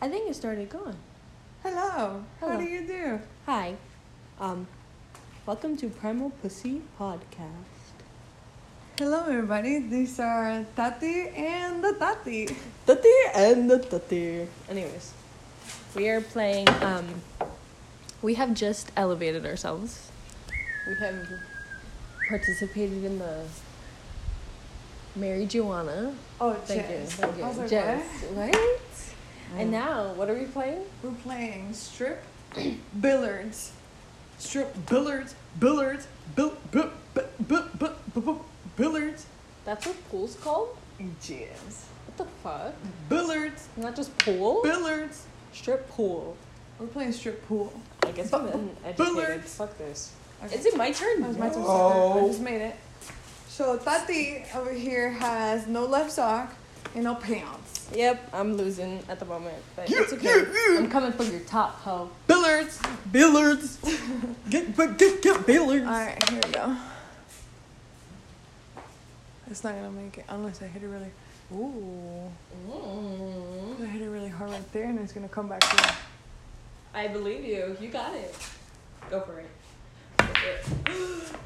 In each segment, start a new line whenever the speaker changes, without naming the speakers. I think it started going.
Hello. How
Hello.
do you do?
Hi. Um, welcome to Primal Pussy Podcast.
Hello, everybody. These are Tati and the Tati.
Tati and the Tati. Anyways, we are playing. Um, we have just elevated ourselves. We have participated in the Mary Joanna.
Oh,
Thank you.
jazz.
Thank you.
I was like,
Jazz.
what?
What? And now, what are we playing?
We're playing strip billiards. Strip billiards. Billiards. Bill. Bill. Bill. Bill. Bill. Bill. Billiards.
That's what pool's called?
Jazz.
What the fuck?
Billiards.
Not just pool?
Billiards.
Strip pool.
We're playing strip pool.
I guess
Bu-
I'm an educated.
Bullard.
Fuck this.
Okay.
Is it my turn?
That was my turn.
Oh.
No.
I just made it. So Tati over here has no left sock and no pants.
Yep, I'm losing at the moment, but it's okay. I'm coming for your top hoe.
Billiards.
Billards. get, but get, get Billards.
All right, here we go. It's not gonna make it unless I hit it really. Ooh.
Mm.
I hit it really hard right there, and it's gonna come back. To
I believe you. You got it. Go for it. Go for it.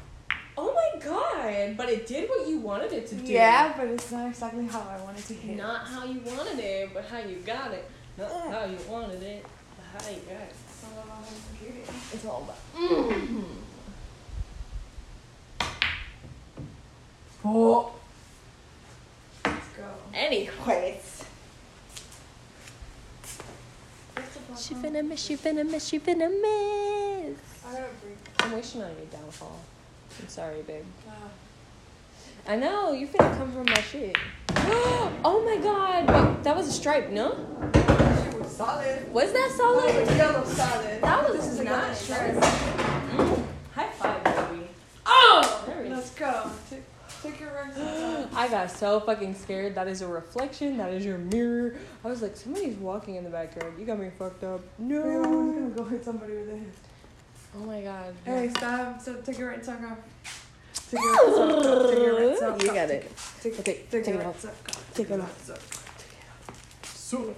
oh my god! But it did what you wanted it to do.
yeah, but it's not exactly how I wanted to hit.
Not how you wanted it, but how you got it. Not how you wanted it, but how you got it. It's all about. Mm.
Oh. Let's go.
Anyways. She finna miss, she finna miss, she finna miss.
I gotta breathe.
I'm wishing on your downfall. I'm sorry, babe.
Ah.
I know, you finna come from my shit. oh my god, wait, that was a stripe, no?
That shit was solid.
Was that
That
solid?
was yellow solid.
Oh. That was
this is a yellow
nice.
shirt.
Mm, High five, baby. Oh! There it
Let's
is.
go. Take, take your rings. off.
I got so fucking scared. That is a reflection. That is your mirror. I was like, somebody's walking in the backyard. You got me fucked up.
Wait, I was gonna
No.
go hit somebody with a hit.
Oh my god.
Hey, stop. So take your right sock off. Take your right sock off. Take your right sock off.
You got it.
Take,
Okay,
take, take
take
your
it
right
off.
sock off.
Take it
your
off.
right sock off.
So,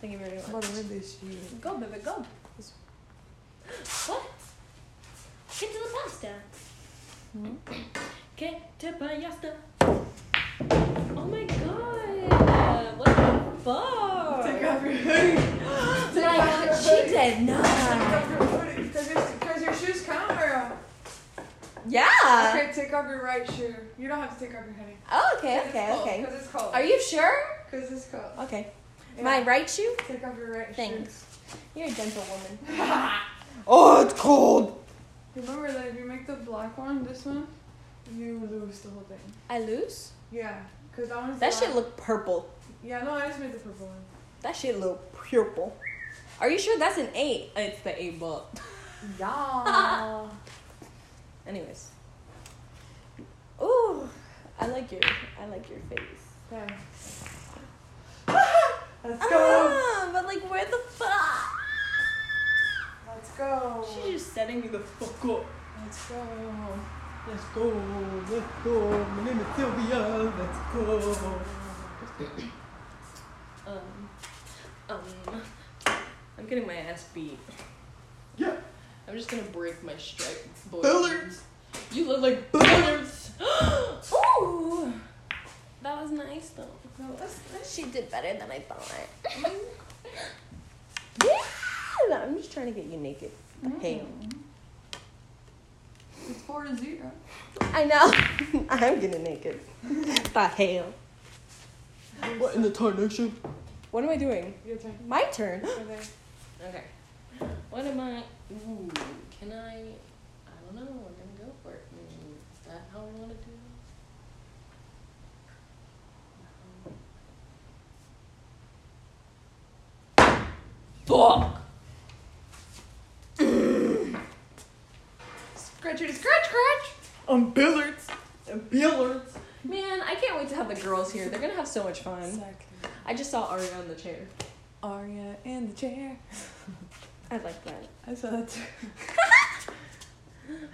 Thank you very
I'm about to read this shit.
Go, baby, go. What? Get to the pasta. Hmm? Get to pasta. Oh my god. What the fuck?
Take off your hoodie. Take
my
off your
god,
hoodie.
she did
Take
not.
off your hoodie. Because your, 'cause your shoes count, girl.
Yeah.
okay, take off your right shoe. You don't have to take off your hoodie.
Oh, okay,
Because it's cold.
Are you sure?
Because it's cold.
Okay.
Yeah.
My right shoe?
Take off your right
Thanks. You're a gentle woman.
shoe. Thanks.
oh, it's cold.
Remember that if you make the black one, this one, you lose the whole thing.
I lose?
Yeah. Because that one's
That
black.
shit look purple.
Yeah, no, I just made the purple one.
That shit look purple. Are you sure that's an eight? It's the eight ball.
Yeah.
Anyways. Ooh, I like your I like your face.
okay. Let's go.
Ah, but like where the fuck? Ah!
Let's go.
She's just setting me the fuck up.
Let's go.
Let's go. Let's go. My name is Sylvia. Let's go.
Um, um, I'm getting my ass beat.
Yeah.
I'm just gonna break my stripe. boy.
Billards.
You look like billards. Ooh, that was nice though.
No, let's- let's-
She did better than I thought. yeah, I'm just trying to get you naked. Hey.
It's four to zero.
I know. I'm getting naked. the hell.
What in the tarnation?
What am I doing?
Your turn.
My turn.
Okay.
Okay. What am I? Ooh, can I? I don't know. I'm gonna go for it. Mm, Is that how I want to do it? No. Fuck.
Scratchity scratch scratch.
I'm Um, Billards. And Billards.
Man, I can't wait to have the girls here. They're gonna have so much fun.
Exactly.
I just saw Ari on the chair.
Aria in the chair.
I like that.
I saw that too.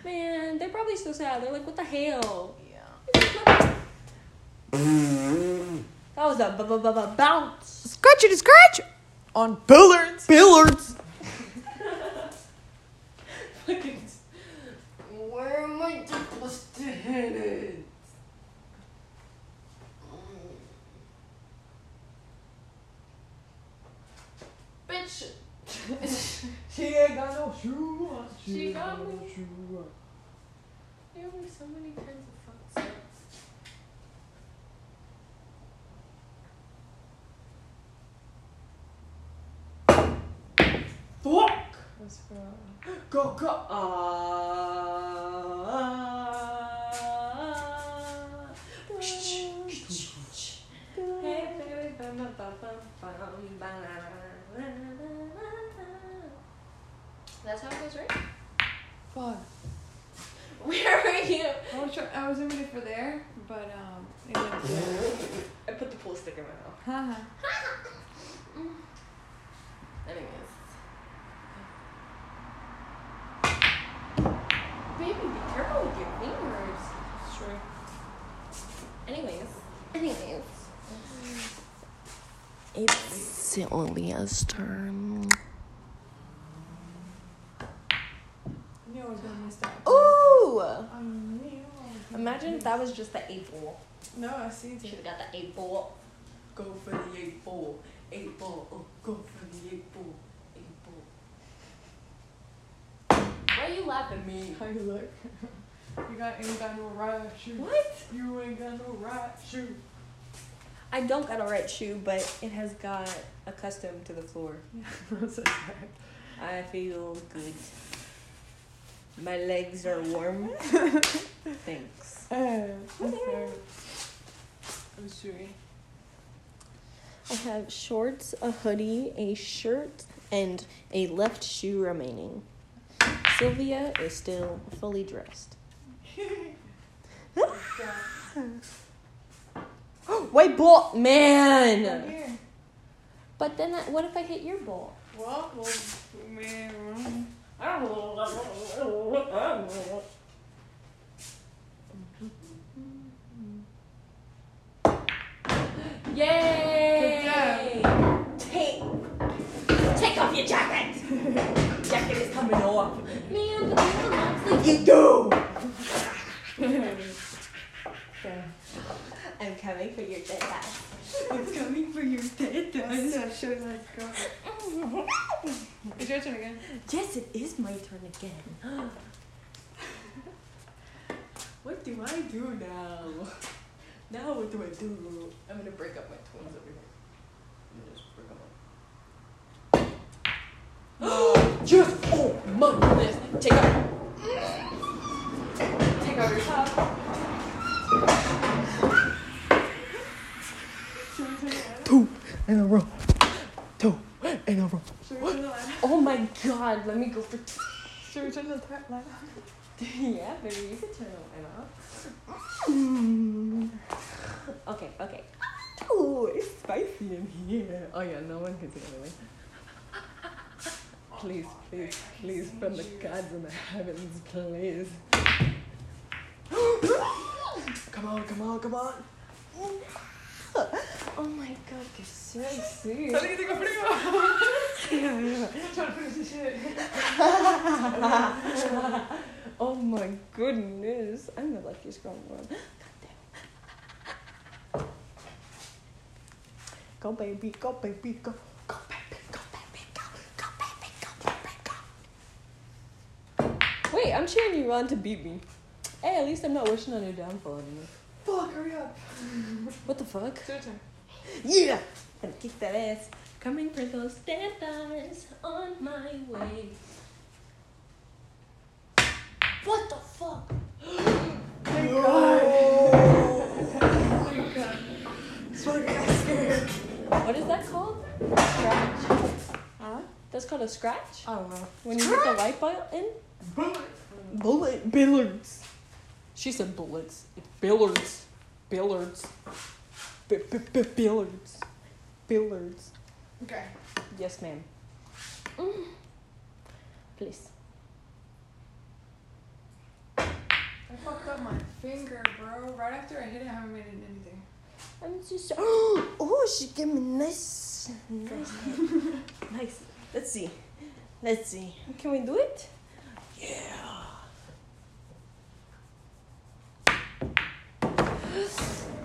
Man, they're probably so sad. They're like, what the hell?
Yeah.
That was a b- b- b- b- bounce.
Scratchity scratch.
on billiards. Billiards.
Where am I supposed to hit it? Bitch!
She ain't got no shoe on.
She
ain't
got me.
shoe on.
There were so many kinds of fuck sets.
Fuck!
What's wrong?
Go, go. Ah.
Hey, baby, bum, bum, bum, bum, bum, ba-da-da-da-da-da. That's how it goes, right?
Fuck.
Where are you?
I was, try- I was aiming it for there, but um, it went there.
I put the pool stick in my mouth.
Haha.
Anyways. Baby, be careful with your fingers.
Sure.
Anyways. Anyways. It's Celia's turn.
I knew I was gonna miss that.
Ooh!
I knew. I was
Imagine
gonna
if that was just the eight ball.
miss- No, I see
She
it.
got the eight ball.
Go for the eight ball. Eight ball. Oh, go for the eight ball. Eight ball.
Why are you laughing at me?
How you look? You got ain't got no right shoe.
What?
You ain't got no right shoe.
I don't got a right shoe, but it has got accustomed to the floor.
That's a fact.
I feel good. My legs are warm. Thanks.
I'm sorry.
I have shorts, a hoodie, a shirt, and a left shoe remaining. Sylvia is still fully dressed. White ball,
Right
man!
here.
But then, I- what if I hit your ball?
Well, well, man.
Yay! Take, take off your jacket. jacket is coming off. Man, but this looks like you do. I'm coming for your dead ass.
I'm coming for your dead
That's that shit like go.
Mm-hmm.
It's your turn again.
Yes, it is my turn again.
What do I do now? Now what do I do? I'm gonna break up my twins over here. I'm gonna just break them up. just oh my goodness! Take out, take out your top.
Should we turn it on?
In a row. Two. In a row.
Should we turn the light?
Oh my god, let me go for two.
Should we turn the light on?
yeah, maybe you could turn the light off. okay, okay.
Ooh, it's spicy in here. Oh yeah, no one can see anyway. Please, please, please, from the gods in the heavens, please.
Come on, come on, come on.
Oh my god, you're so sexy. oh my goodness. I'm the luckiest girl in the world. God damn. Go baby, go baby, go. Go baby, go baby, go. Go baby, go baby, go. Wait, I'm cheering you on to beat me. Hey, at least I'm not wishing on your downfall anymore.
Fuck, hurry up.
What the fuck?
It's your turn.
Yeah! Gonna kick that ass. Coming for those dead eyes on my way. What the fuck?
Thank
Oh.
God. Thank God.
What is that called? Scratch.
Huh?
That's called a scratch?
I don't know.
When you hit the light button?
Bullet billards.
She said bullets. It's billards. Billards. Billards. Billards.
Okay.
Yes, ma'am. Mm. Please.
I fucked up my finger, bro. Right after I hit it, I haven't made it anything.
I'm so sorry. Oh, she gave me nice nice, nice, nice. Let's see, let's see. Can we do it?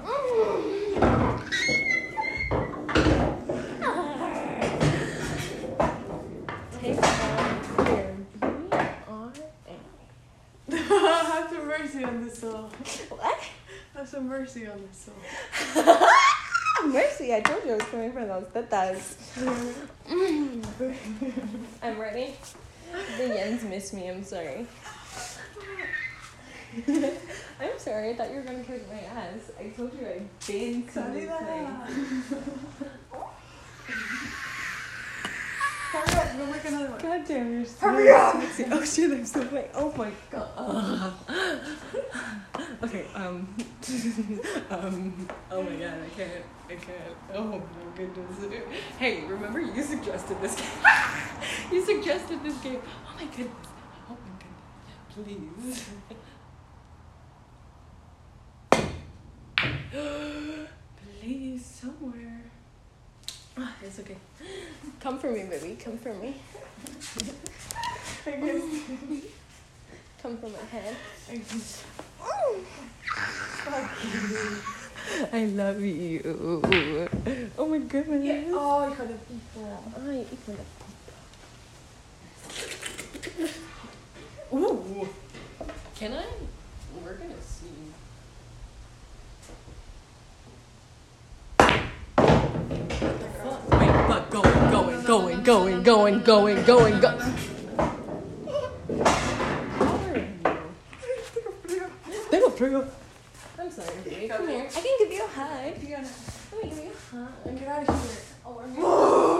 Yeah. Take off your B-R-A.
Have some mercy on this soul.
What?
Have some mercy on this soul.
Mercy, I told you I was coming from those tetas. Mm. I'm ready. The yens miss me, I'm sorry. I'm sorry, I thought you were gonna kick my ass. I told you I'd been to this thing.
Hurry up, go make another one.
God damn, you're so
Hurry up!
sexy. Oh shit, I'm so late. Oh my god. okay, um. um.
Oh my god, I can't. I can't. Oh my goodness. Hey, remember you suggested this game? you suggested this game. Oh my goodness. Oh my goodness. Please. Please, somewhere. Ah, it's okay.
Come for me, baby. Come for me.
I guess.
Come for my head.
I guess.
I love you. Oh my goodness.
Yeah. Oh, you got an equal.
I eat my
Ooh. Can I? We're gonna see. Fuck, Wait, but going, going, going, going, going, going, going, go.
They were pretty good.
I'm sorry, baby. Come here. I can give you a hug. Let me give you a hug.
Get out of here.
Oh,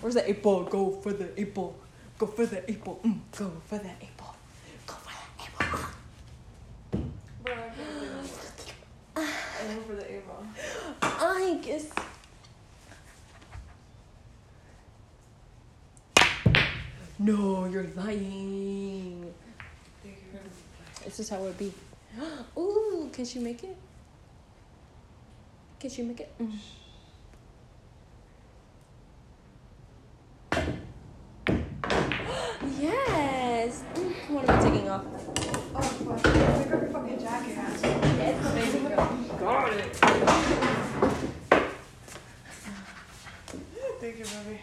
Where's the eight ball? Go for the eight ball. Go for the eight ball. Mm, go for the eight ball.
go for that apple.
Bro, I can't do this. I'm over the A-ball.
I guess.
No, you're lying.
This is how it be. Ooh, can she make it? Can she make it? Mm. yes. Mm, What am I taking off?
Oh, fuck. Pick up your fucking jacket, asshole.
Yes, amazing.
Got it.
Thank you, baby.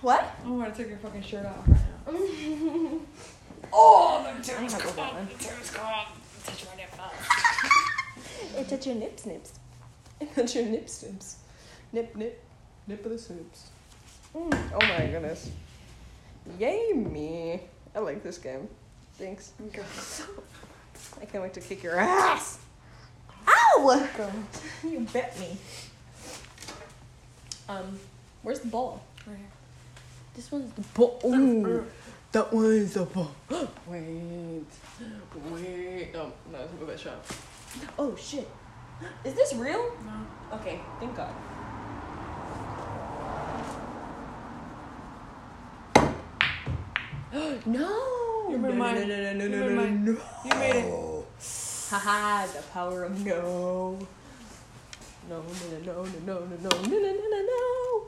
What?
I want to take your fucking shirt off right now. Oh,
I gotta go that one. It touched your nips, nips. It touched your nips, nips.
Nip, nip. Nip of the soups.
Mm, Oh my goodness. Yay me. I like this game. Thanks. I can't wait to kick your ass. Ow! You bet me. Um, where's the ball?
Right here.
This one's the
Bo- ooh, that one's a ball. Wait.
Wait. No, no, it's a bit sharp.
Oh shit. Is this real?
No.
Okay, thank God. no!
You're my- mine.
No, no, no, no,
You made
no,
mine.
no, no.
You made it.
Haha, the power of no.
No, no, no, no, no, no, no, no, no, no, no.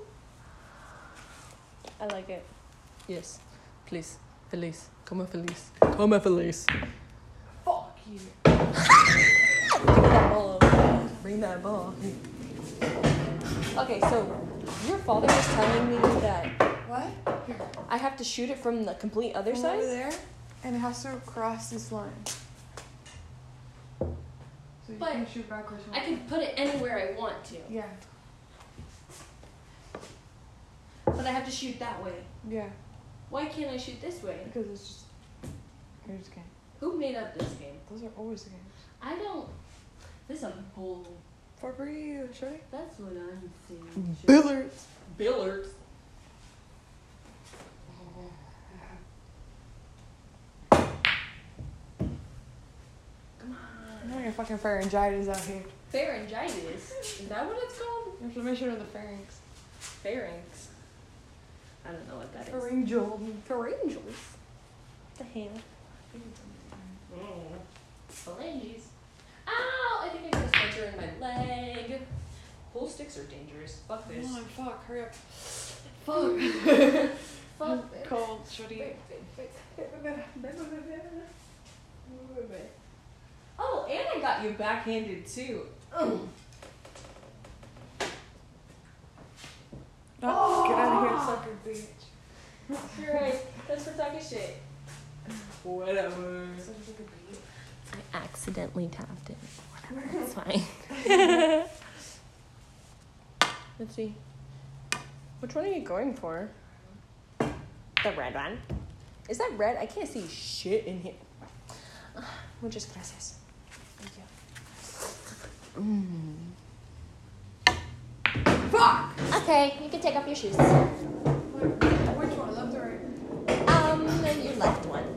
I like it.
Yes. Please. Felice. Come on, Felice.
Oh,
Come on, Felice.
Fuck you.
Give me that ball. Bring that ball. Okay, so your father was telling me that
What?
I have to shoot it from the complete other
From over
side?
there, and it has to cross this line. So you
But
can shoot backwards.
I can put it anywhere I want to,
Yeah.
but I have to shoot that way.
Yeah.
Why can't I shoot this way?
Because it's just. You're just kidding.
Who made up this game?
Those are always the games.
I don't. This is a bull.
For free, Shorty.
That's what I'm saying.
Billards.
Billards.
I'm having a fucking pharyngitis out here.
Pharyngitis. Is that what it's called?
Inflammation of the pharynx.
Pharynx. I don't know what that is.
Pharyngeal.
Pharyngeals. The hand. Phalanges. Ow! I think I got a splinter in my leg.
Whole sticks are dangerous. Fuck
Come
this.
on, Oh fuck, hurry up.
Fuck.
I'm
Fuck.
cold, sweaty.
Oh, and I got you backhanded too.
Oh, get out of here, sucker bitch.
You're right. That's for talking shit.
Whatever.
I accidentally tapped it. Whatever. It's fine. Let's see. Which one are you going for? The red one. Is that red? I can't see shit in here. Muchas gracias. Thank you. Fuck! Mm. Okay, you can take off your shoes.
Which one, left or right?
Um, your left one.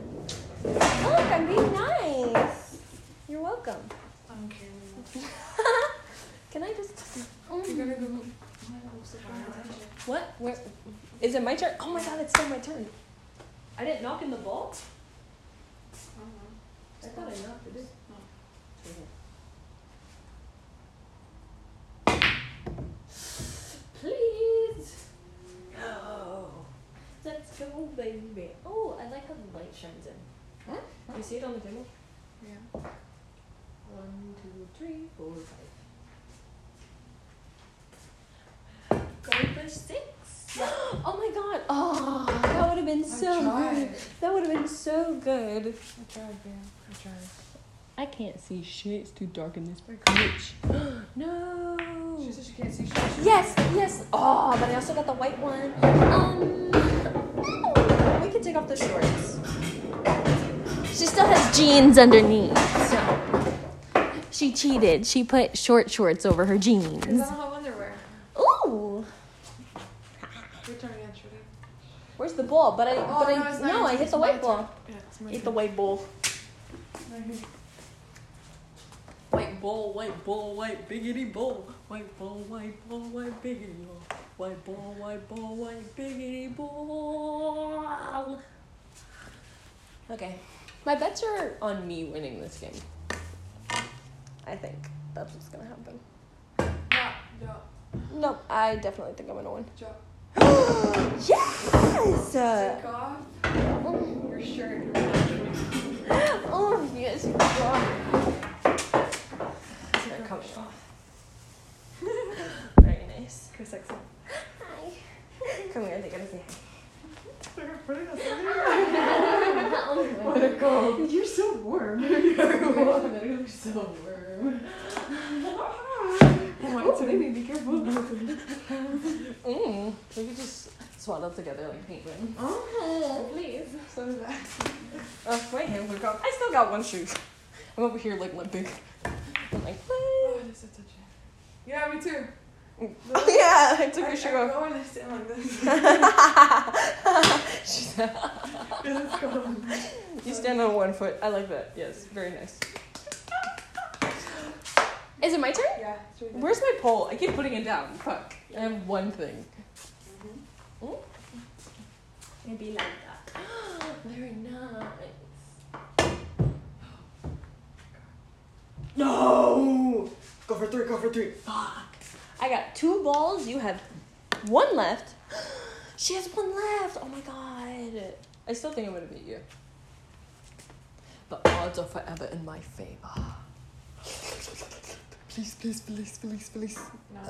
Look, I'm being nice. You're welcome.
I don't care. anymore.
Can I just?
You're gonna go. I'm so tired.
What? Where? Is it my turn? Oh my god, it's still my turn.
I didn't knock in the ball?
I don't know.
I thought I knocked it in.
Oh.
Please! No. Let's go, baby. Oh, I like how the light shines in. You see it on the table?
Yeah.
One, two, three, four, five. Going for six.
Oh my god. Oh, that would have been so good. That would have been so good.
I tried, man. I tried.
I can't see shit. It's too dark in this bitch. no.
She said she can't see. She said she
Yes, yes. Oh, but I also got the white one. Um, no. we can take off the shorts. She still has jeans underneath, so she cheated. She put short shorts over her
Because
jeans.
I don't have underwear.
Ooh,
Your turn again, Trudy.
where's the ball? But I,
Oh,
but
no,
I,
it's
no,
not
I
your turn,
hit
it's
the
my
white ball.
turn. Yeah, it's my
Hit the
turn.
white ball.
White ball, white ball, white biggity ball. White ball, white ball, white biggity ball. White ball, white ball, white biggity ball.
Okay, my bets are on me winning this game. I think that's what's gonna happen.
Yeah, yeah,
No, I definitely think I'm gonna win.
yeah.
yes.
Take off your shirt. You're not doing it.
Oh, yes, you are.
Take off your shirt.
Very nice.
Okay, sexy.
Hi. Come here, they gotta say
They're putting us in
hi.
What a cold. You're so warm. You're so warm.
Oh my
Oh,
turn.
baby, be careful.
mm. We could just swaddle together like penguin.
Oh, please. So did I.
Oh, my hands are gone. I still got one shoe. I'm over here like limping. I'm like, what?
Oh, this is touching. Yeah, me too.
yeah, I took
I,
your shoe
I
off.
go and I stand like this.
She's like,
It's cold.
you stand on one foot. I like that. Yes, very nice. Is it my turn?
Yeah, it's really
Where's my pole? I keep putting it down. Fuck. I have one thing.
Hmm?
Maybe like that.
Very nice.
No! Go for three, go for three.
I got two balls. You have one left. she has one left. Oh my god. I still think I'm gonna beat you. The odds are forever in my favor.
Please, please, please, please, please.
No.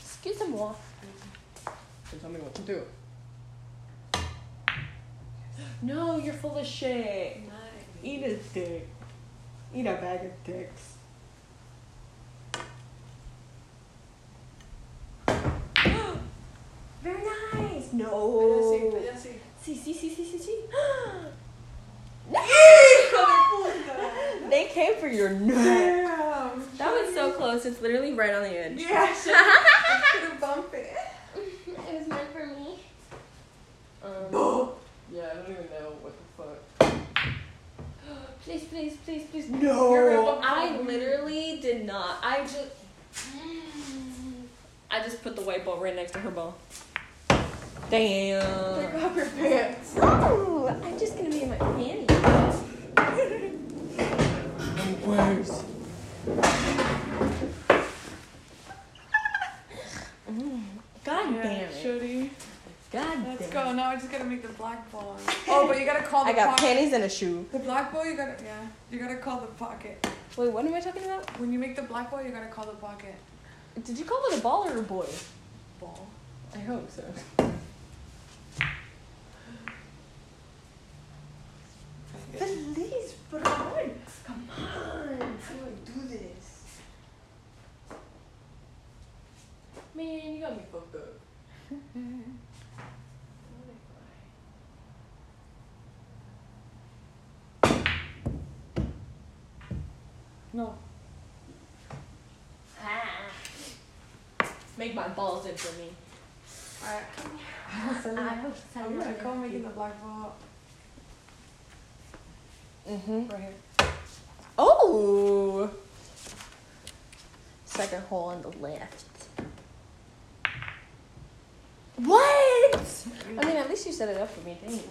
Excuse me. More.
So tell me what to do.
No, you're full of shit.
Nice.
Eat a dick. Eat a bag of dicks.
Very nice.
Payasi,
No.
payasi.
See, see, see, see, see, see. They came for your neck.
Damn.
That was so close. It's literally right on the edge.
Yeah, I should I should have bumped it.
It was meant for me.
No! Yeah, I don't even know what the fuck.
Please, please, please, please.
No!
I literally did not. I just. I just put the white ball right next to her ball.
Take
Damn.
off your pants.
Oh, I'm just gonna be in my panties.
I'm worse.
God
Yeah,
damn it.
Shorty.
God
Let's
damn
go.
it.
Now I just gotta make the black ball. Oh, but you gotta call the
I got
pocket.
panties and a shoe.
The black ball, you gotta yeah. You gotta call the pocket.
Wait, what am I talking about?
When you make the black ball, you gotta call the pocket
Did you call it a ball or a boy?
ball.
I hope so.
Please, but Come on. How do I do this? Man, you got me fucked up.
No.
Make my balls in for me.
I, I'm gonna call making the black ball
Mm-hmm.
right here.
Oh! Second hole on the left. What? I mean, at least you set it up for me. Thanks.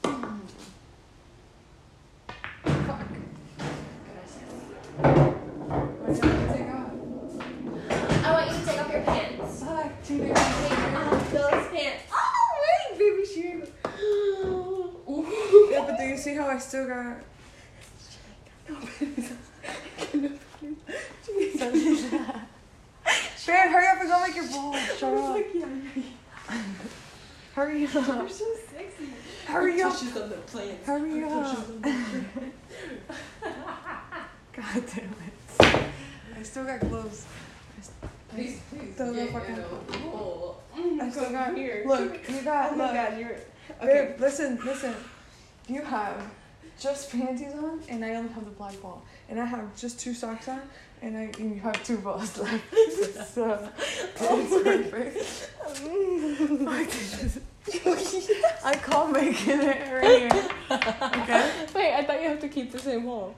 Fuck. Why did I take off?
I want you to take off your pants.
Fuck, cheating. Yeah,
those pants. Oh, wait, baby shoe.
Oh, but do you see how I still got? Babe, hurry up and go make your ball. Shut up. Hurry up.
so sexy.
Hurry up.
Touches on the plants.
Hurry up.
Touches on the-
God damn it. I still got gloves.
Please, please.
Don't
get
know if I
in
can-
a hole.
Mm,
I still
Come
got
here.
Look, you got
Oh my
look.
god, you're. Okay.
Babe, listen, listen. You have just panties on, and I only have the black ball. And I have just two socks on, and I and you have two balls left. so oh it's perfect. Like, this is- I call making it right here. Okay.
Wait, I thought you have to keep the same hole.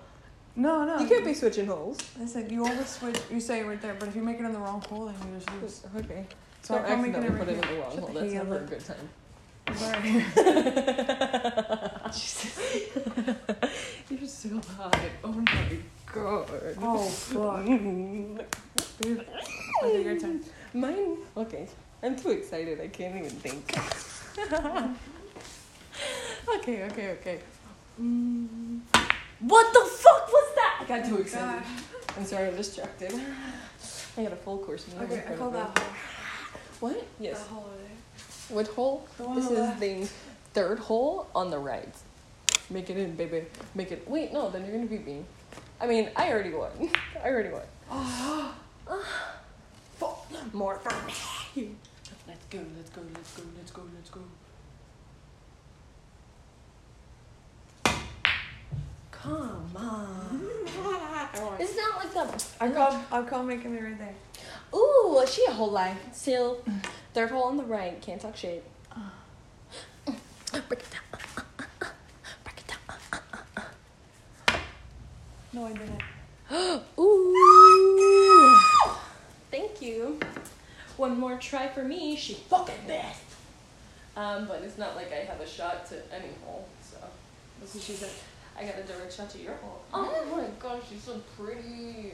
No, no.
You can't be switching holes.
Listen, you always switch. You say it right there, but if you make it on the wrong hole, then you just lose.
Okay.
So
Don't
I call making
accidentally
it
put
right
it in
here.
the wrong hole. That's never
Shut the hell
a
up.
good time.
It's all right here.
You're so hot. Oh my god.
Oh fuck. Babe. Okay, your turn.
Mine. Okay. I'm too excited. I can't even think. okay, okay, okay. Mm. What the fuck was that? I got too excited. I'm sorry, I'm distracted. I got a full course meal. in
Okay, I
front
call
of me.
that hole.
What? Yes.
That hole over there.
What hole?
The one
This
on the
is the third hole on the right. Make it in, baby. Make it. Wait, no, then you're gonna beat me. I mean, I already won. I already won. Fuck. More for me.
Let's go, let's go, let's go, let's go, let's go.
Come on.
Mm-hmm.
It's not like the.
I call I call making it right there.
Ooh, she a whole lie. Still, third hole on the right. Can't talk shit. Break it down. Break it down.
No, I didn't.
Ooh. Thank you. One more try for me. She fucking missed. Um, but it's not like I have a shot to any hole, so. That's what she said. I got a direct shot to your hole. Oh my gosh, she's so pretty.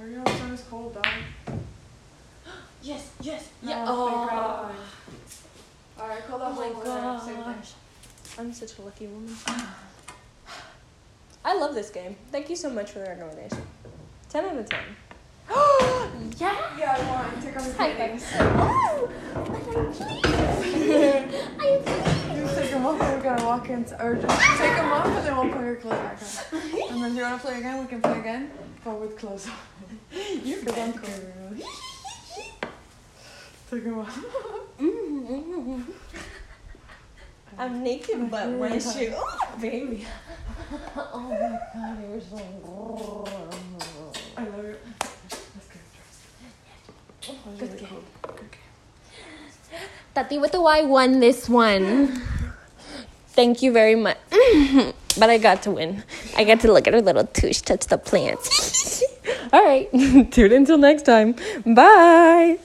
Hurry up, turn this cold down.
Yes, yes,
No,
yeah.
it's been right
Oh,
on. Alright, call that
oh
hole
my
over there. Same thing.
gosh. I'm such a lucky woman. I love this game. Thank you so much for the recommendation. 10 out of 10. yeah!
Yeah, I won. Take off your
High
panties.
five. Oh, but I'm pleased. I'm pleased.
You take them off and we gotta walk in. Or just take them off and then we'll put your clothes back on. And then if you wanna play again, we can play again.
Oh,
But with clothes on. You're good. I'm cool. Take them off.
I'm naked, but my
Yeah.
shoe. Oh, baby. Oh my god, you're so.
I love it. Let's get dressed. That was
Good
really
game.
cold. Good game.
Tati with the Y won this one. Thank you very much. but I got to win. I got to look at her little touche touch the plants. All right. Tune in until next time. Bye.